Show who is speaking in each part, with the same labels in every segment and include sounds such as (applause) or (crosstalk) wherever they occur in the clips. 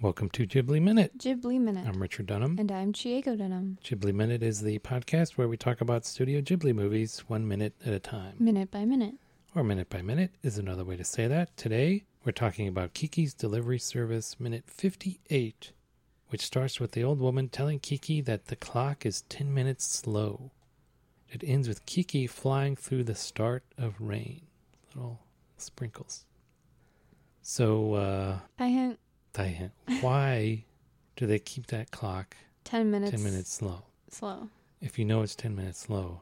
Speaker 1: Welcome to Ghibli Minute.
Speaker 2: Ghibli Minute.
Speaker 1: I'm Richard Dunham.
Speaker 2: and I'm Chieko Dunham.
Speaker 1: Ghibli Minute is the podcast where we talk about Studio Ghibli movies one minute at a time.
Speaker 2: Minute by minute.
Speaker 1: Or minute by minute is another way to say that. Today, we're talking about Kiki's Delivery Service Minute 58, which starts with the old woman telling Kiki that the clock is 10 minutes slow. It ends with Kiki flying through the start of rain. Little sprinkles. So, uh,
Speaker 2: I hint
Speaker 1: Diane, why do they keep that clock
Speaker 2: 10 minutes.
Speaker 1: 10 minutes slow?
Speaker 2: Slow.
Speaker 1: If you know it's 10 minutes slow,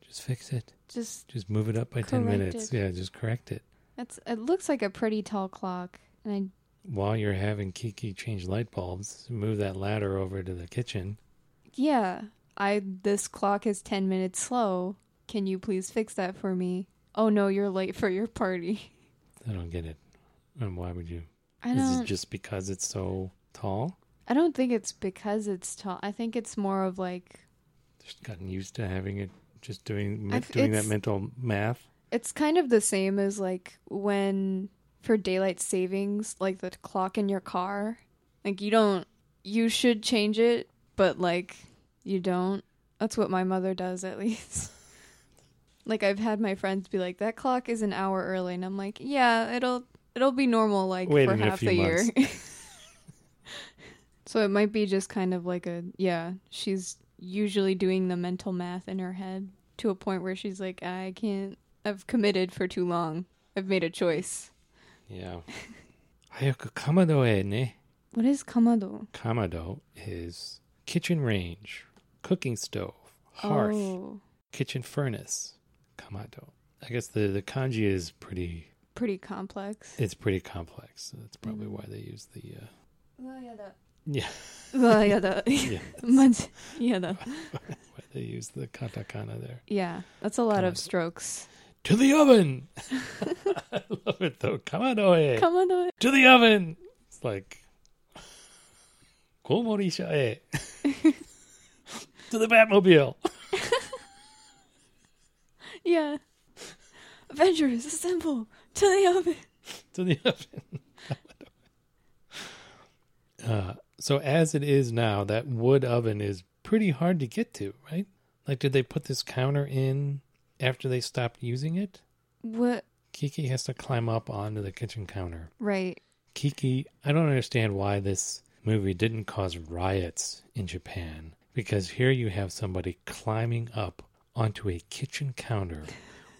Speaker 1: just fix it.
Speaker 2: Just,
Speaker 1: Just move it up by 10
Speaker 2: Correct
Speaker 1: minutes.
Speaker 2: it.
Speaker 1: Yeah, just correct it.
Speaker 2: it's, it looks like a pretty tall clock. And
Speaker 1: While you're having Kiki change light bulbs, move that ladder over to the kitchen.
Speaker 2: I, yeah, I, this clock is 10 minutes slow. Can you please fix that for me? Oh no, you're late for your party. (laughs)
Speaker 1: I don't get it. And why would you?
Speaker 2: I
Speaker 1: Is
Speaker 2: don't,
Speaker 1: it just because it's so tall?
Speaker 2: I don't think it's because it's tall. I think it's more of like,
Speaker 1: Just gotten used to having it, just doing
Speaker 2: I've-
Speaker 1: doing that
Speaker 2: it's-
Speaker 1: mental math.
Speaker 2: It's kind of the same as like when for daylight savings, like the clock in your car, like you don't, you should change it, but like you don't. That's what my mother does at (laughs) least. like I've had my friends be like, that clock is an hour early, and I'm like, yeah, it'll it'll be normal like
Speaker 1: Wait
Speaker 2: for
Speaker 1: in a
Speaker 2: half
Speaker 1: few
Speaker 2: the year. (laughs) so it might be just kind of like a yeah, she's usually doing the mental math in her head to a point where she's like, I can't. I've committed for too long. I've made a choice.
Speaker 1: Yeah. (laughs) Hayaku kamado e ne.
Speaker 2: What is kamado?
Speaker 1: Kamado is kitchen range, cooking stove, hearth,
Speaker 2: Oh,
Speaker 1: kitchen furnace. Kamado. I guess the, the kanji is pretty
Speaker 2: pretty complex.
Speaker 1: it's pretty complex. So that's probably why they use the uh, (laughs) yeah
Speaker 2: Well, yeah, the-
Speaker 1: (laughs)
Speaker 2: (laughs)
Speaker 1: yeah
Speaker 2: Much- yeah, the-
Speaker 1: why they use the katakana there.
Speaker 2: yeah, that's a lot
Speaker 1: Kamado.
Speaker 2: of strokes.
Speaker 1: To the oven. (laughs) I love it though. Kamado e.
Speaker 2: Kamado.
Speaker 1: to the oven. It's like (laughs) Komorisha e. to the Batmobile.
Speaker 2: Yeah. Avengers, assemble to the oven.
Speaker 1: to the (laughs) oven. uh, so as it is now, that wood oven is pretty hard to get to, right? Like, did they put this counter in after they stopped using it?
Speaker 2: What?
Speaker 1: Kiki has to climb up onto the kitchen counter.
Speaker 2: Right.
Speaker 1: Kiki, I don't understand why this movie didn't cause riots in Japan because here you have somebody climbing up onto a kitchen counter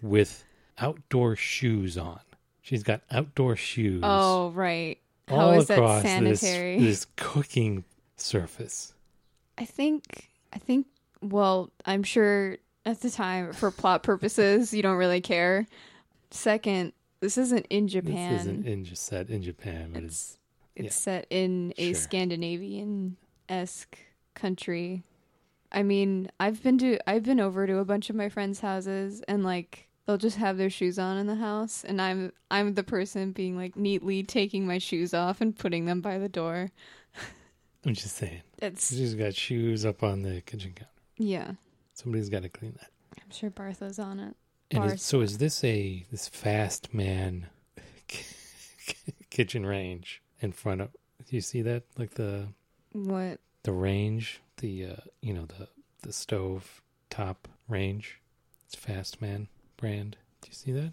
Speaker 1: with outdoor shoes on. She's got outdoor shoes
Speaker 2: Oh, right. How
Speaker 1: all
Speaker 2: is that
Speaker 1: across this,
Speaker 2: sanitary?
Speaker 1: this cooking surface.
Speaker 2: I think. I think. Well, I'm sure at the time, for plot purposes, you don't really care. Second, this isn't in Japan.
Speaker 1: This isn't in, just set in Japan, but it's,
Speaker 2: it's it's set in a
Speaker 1: Sure.
Speaker 2: Scandinavian esque country. I mean, I've been to I've been over to a bunch of my friends' houses and like they'll just have their shoes on in the house and I'm I'm the person being like neatly taking my shoes off and putting them by the door.
Speaker 1: I'm just saying.
Speaker 2: It's
Speaker 1: She's got shoes up on the kitchen counter.
Speaker 2: yeah.
Speaker 1: Somebody's got to clean that.
Speaker 2: I'm sure Bartha's on it.
Speaker 1: And
Speaker 2: Bars.
Speaker 1: is, so is this a this fast man (laughs) kitchen range in front of you see that like the
Speaker 2: What
Speaker 1: the range the uh, you know the the stove top range it's fast man brand do you see that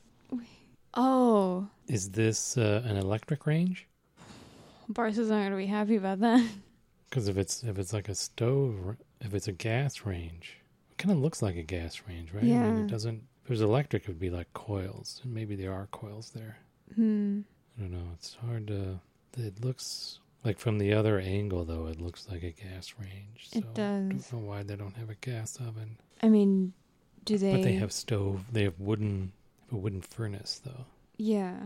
Speaker 2: Oh
Speaker 1: is this uh, an electric range
Speaker 2: Bartha's not gonna be happy about that.
Speaker 1: Because if it's if it's like a stove, if it's a gas range, it kind of looks like a gas range, right? I mean,
Speaker 2: Yeah.
Speaker 1: it doesn't. If it was electric, it would be like coils, and maybe there are coils there.
Speaker 2: Hmm.
Speaker 1: I don't know. It's hard to. It looks like from the other angle, though. It looks like a gas range. So
Speaker 2: It
Speaker 1: I
Speaker 2: does.
Speaker 1: don't know why they don't have a gas oven,
Speaker 2: I mean do they
Speaker 1: but they have stove. They have wooden, a wooden furnace though.
Speaker 2: Yeah.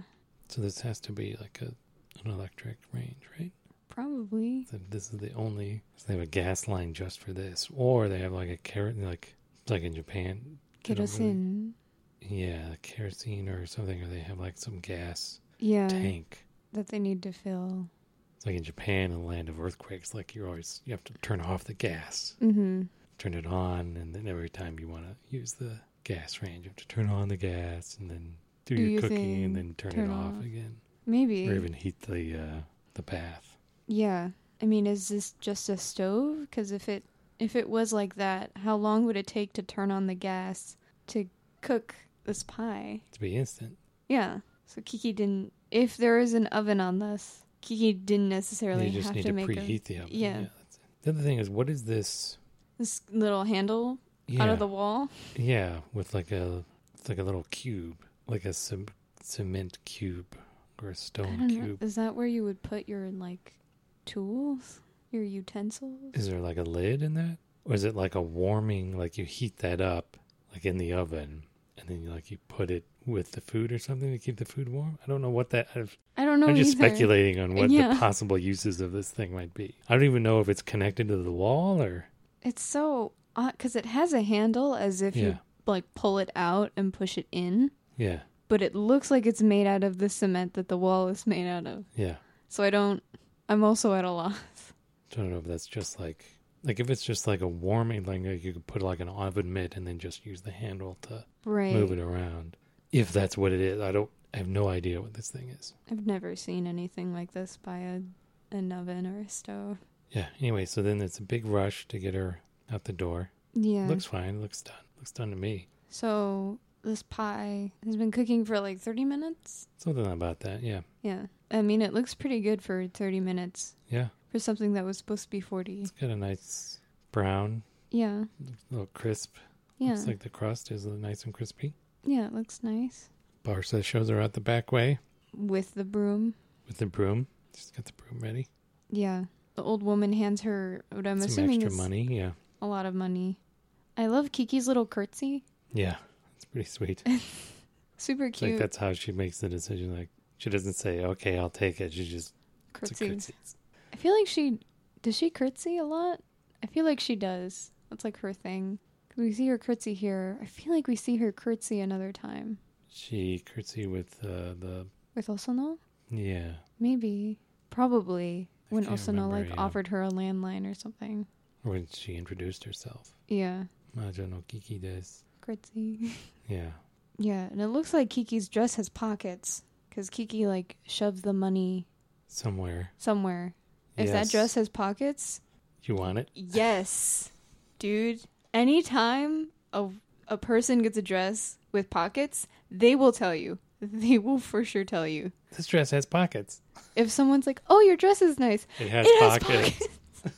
Speaker 1: So this has to be like a an electric range, right?
Speaker 2: Probably.
Speaker 1: that this is the only so they have a gas line just for this or they have like a carrot like it's like in japan they don't really-
Speaker 2: Kerosene.
Speaker 1: yeah kerosene or something or they have like some gas
Speaker 2: Yeah,
Speaker 1: tank
Speaker 2: that they need to fill.
Speaker 1: it's like in japan in the land of earthquakes like you're always you have to turn off the gas
Speaker 2: Mm-hmm.
Speaker 1: turn it on and then every time you want to use the gas range you have to turn on the gas and then do,
Speaker 2: Do
Speaker 1: your
Speaker 2: your
Speaker 1: cooking
Speaker 2: thing,
Speaker 1: and then turn,
Speaker 2: turn
Speaker 1: it off
Speaker 2: off.
Speaker 1: again
Speaker 2: Maybe.
Speaker 1: or even heat the uh the bath
Speaker 2: Yeah. I mean, is this just a stove? Because if it if it was like that, how long would it take to turn on the gas to cook this pie?
Speaker 1: to be instant.
Speaker 2: Yeah. So Kiki didn't. If there is an oven on this, Kiki didn't necessarily
Speaker 1: you just
Speaker 2: have
Speaker 1: need
Speaker 2: to,
Speaker 1: to,
Speaker 2: make
Speaker 1: preheat
Speaker 2: a
Speaker 1: the oven.
Speaker 2: yeah.
Speaker 1: that's it. The other thing is, what is this?
Speaker 2: this little handle
Speaker 1: Yeah,
Speaker 2: out of the wall.
Speaker 1: yeah, with like a it's like a little cube, like a cem- cement cube or a
Speaker 2: I
Speaker 1: stone
Speaker 2: don't know.
Speaker 1: cube.
Speaker 2: Is that where you would put your like tools, your utensils?
Speaker 1: Is there like a lid in that, or is it like a warming? Like you heat that up, like in the oven, and then you like you put it with the food or something to keep the food warm. I don't know what that. I've,
Speaker 2: I don't know.
Speaker 1: I'm just
Speaker 2: either.
Speaker 1: speculating on what the
Speaker 2: Yeah.
Speaker 1: possible uses of this thing might be. I don't even know if it's connected to the wall or
Speaker 2: It's so odd because it has a handle as if
Speaker 1: yeah,
Speaker 2: you like pull it out and push it in,
Speaker 1: yeah,
Speaker 2: but it looks like it's made out of the cement that the wall is made out of.
Speaker 1: yeah.
Speaker 2: So I don't. I'm also at a loss.
Speaker 1: I don't know if that's just like like if it's just like a warming like you could put like an oven mitt and then just use the handle to
Speaker 2: Right.
Speaker 1: move it around. If that's what it is, I don't I have no idea what this thing is.
Speaker 2: I've never seen anything like this by a, an oven or a stove.
Speaker 1: Yeah. Anyway, so then it's a big rush to get her out the door.
Speaker 2: Yeah.
Speaker 1: Looks fine. Looks done. Looks done to me.
Speaker 2: so this pie has been cooking for like 30 minutes?
Speaker 1: Something about that. Yeah.
Speaker 2: Yeah. I mean, it looks pretty good for 30 minutes
Speaker 1: Yeah.
Speaker 2: for something that was supposed to be 40.
Speaker 1: It's got a nice brown,
Speaker 2: Yeah.
Speaker 1: little crisp.
Speaker 2: Yeah.
Speaker 1: Looks like the crust is nice and crispy.
Speaker 2: yeah, it looks nice.
Speaker 1: Barsa shows her out the back way
Speaker 2: With the broom.
Speaker 1: with the broom. She's got the broom ready.
Speaker 2: Yeah. The old woman hands her what I'm
Speaker 1: Some
Speaker 2: assuming
Speaker 1: extra
Speaker 2: is
Speaker 1: money. Yeah.
Speaker 2: a lot of money. I love Kiki's little curtsy.
Speaker 1: Yeah. It's pretty sweet.
Speaker 2: Super
Speaker 1: It's like
Speaker 2: cute.
Speaker 1: that's how she makes the decision. Like she doesn't say, "Okay, I'll take it." She just it's a
Speaker 2: curtsies.
Speaker 1: curtsies.
Speaker 2: I feel like she does she curtsy a lot. I feel like she does. That's like her thing. 'Cause We see her curtsy here. I feel like we see her curtsy another time
Speaker 1: She curtsy with uh, the
Speaker 2: with Osano.
Speaker 1: yeah.
Speaker 2: Maybe, probably
Speaker 1: I
Speaker 2: when
Speaker 1: can't
Speaker 2: Osano
Speaker 1: remember,
Speaker 2: like
Speaker 1: yeah.
Speaker 2: offered her a landline or something.
Speaker 1: When she introduced herself,
Speaker 2: Yeah,
Speaker 1: Majo no Kiki des.
Speaker 2: curtsy. (laughs)
Speaker 1: Yeah,
Speaker 2: yeah, and it looks like Kiki's dress has pockets because Kiki like shoves the money
Speaker 1: somewhere.
Speaker 2: somewhere. If
Speaker 1: Yes.
Speaker 2: that dress has pockets,
Speaker 1: you want it?
Speaker 2: Yes, (sighs) dude. Anytime a a person gets a dress with pockets, they will tell you. They will for sure tell you.
Speaker 1: This dress has pockets.
Speaker 2: If someone's like, "Oh, your dress is nice,"
Speaker 1: It has
Speaker 2: it has
Speaker 1: pockets.
Speaker 2: pockets.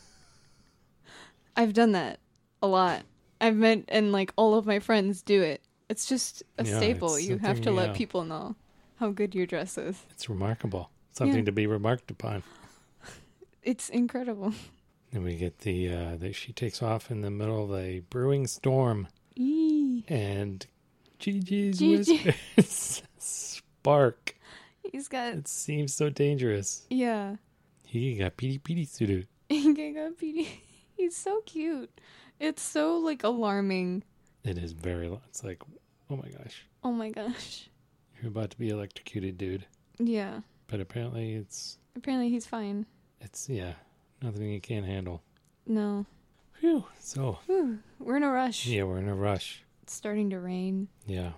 Speaker 2: (laughs) I've done that a lot. I've met and like all of my friends do it. It's just a
Speaker 1: Yeah,
Speaker 2: staple.
Speaker 1: it's
Speaker 2: You have
Speaker 1: something,
Speaker 2: to let
Speaker 1: yeah.
Speaker 2: people know how good your dress is.
Speaker 1: It's remarkable. Something to be remarked upon.
Speaker 2: It's incredible. (laughs)
Speaker 1: And we get the uh, that she takes off in the middle of a brewing storm,
Speaker 2: Eee.
Speaker 1: and Gigi's
Speaker 2: Gigi.
Speaker 1: whiskers (laughs) spark.
Speaker 2: He's got
Speaker 1: It seems so dangerous.
Speaker 2: yeah.
Speaker 1: He got piri piri suru.
Speaker 2: (laughs) Gengar PD. (laughs) He's so cute. It's so like alarming.
Speaker 1: It is very. lo- It's like, oh my gosh,
Speaker 2: Oh my gosh.
Speaker 1: you're about to be electrocuted, dude.
Speaker 2: Yeah.
Speaker 1: But apparently, it's
Speaker 2: Apparently he's fine.
Speaker 1: it's yeah, nothing you can't handle.
Speaker 2: No.
Speaker 1: Phew. So
Speaker 2: Whew. We're in a rush.
Speaker 1: yeah, we're in a rush.
Speaker 2: It's starting to rain.
Speaker 1: Yeah,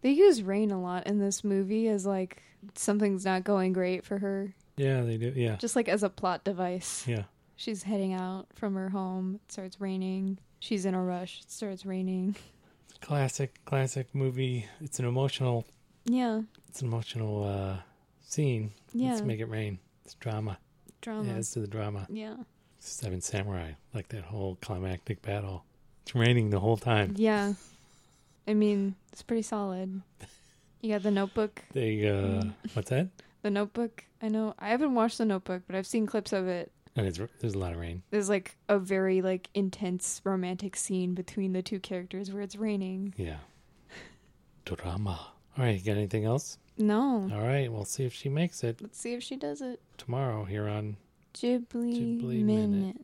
Speaker 2: They use rain a lot in this movie as like something's not going great for her.
Speaker 1: yeah, they do. Yeah,
Speaker 2: Just like as a plot device.
Speaker 1: yeah.
Speaker 2: She's heading out from her home. It starts raining. She's in a rush. It starts raining.
Speaker 1: Classic, classic movie. It's an emotional.
Speaker 2: Yeah.
Speaker 1: It's an emotional uh scene.
Speaker 2: Yeah. Uh-huh.
Speaker 1: Let's make it rain. It's drama.
Speaker 2: Drama.
Speaker 1: Adds to the drama.
Speaker 2: Yeah.
Speaker 1: Seven Samurai, like that whole climactic battle. It's raining the whole time.
Speaker 2: Yeah. I mean, it's pretty solid. You got the notebook.
Speaker 1: They uh, what's that?
Speaker 2: The notebook. I know I haven't watched the notebook, but I've seen clips of it.
Speaker 1: And it's there's a lot of rain.
Speaker 2: There's like a very like intense romantic scene between the two characters where it's raining.
Speaker 1: Yeah. Drama. All right, you got anything else?
Speaker 2: No.
Speaker 1: All right, we'll see if she makes it
Speaker 2: Let's see if she does it.
Speaker 1: tomorrow here on
Speaker 2: Ghibli,
Speaker 1: Ghibli
Speaker 2: minute.
Speaker 1: Minute.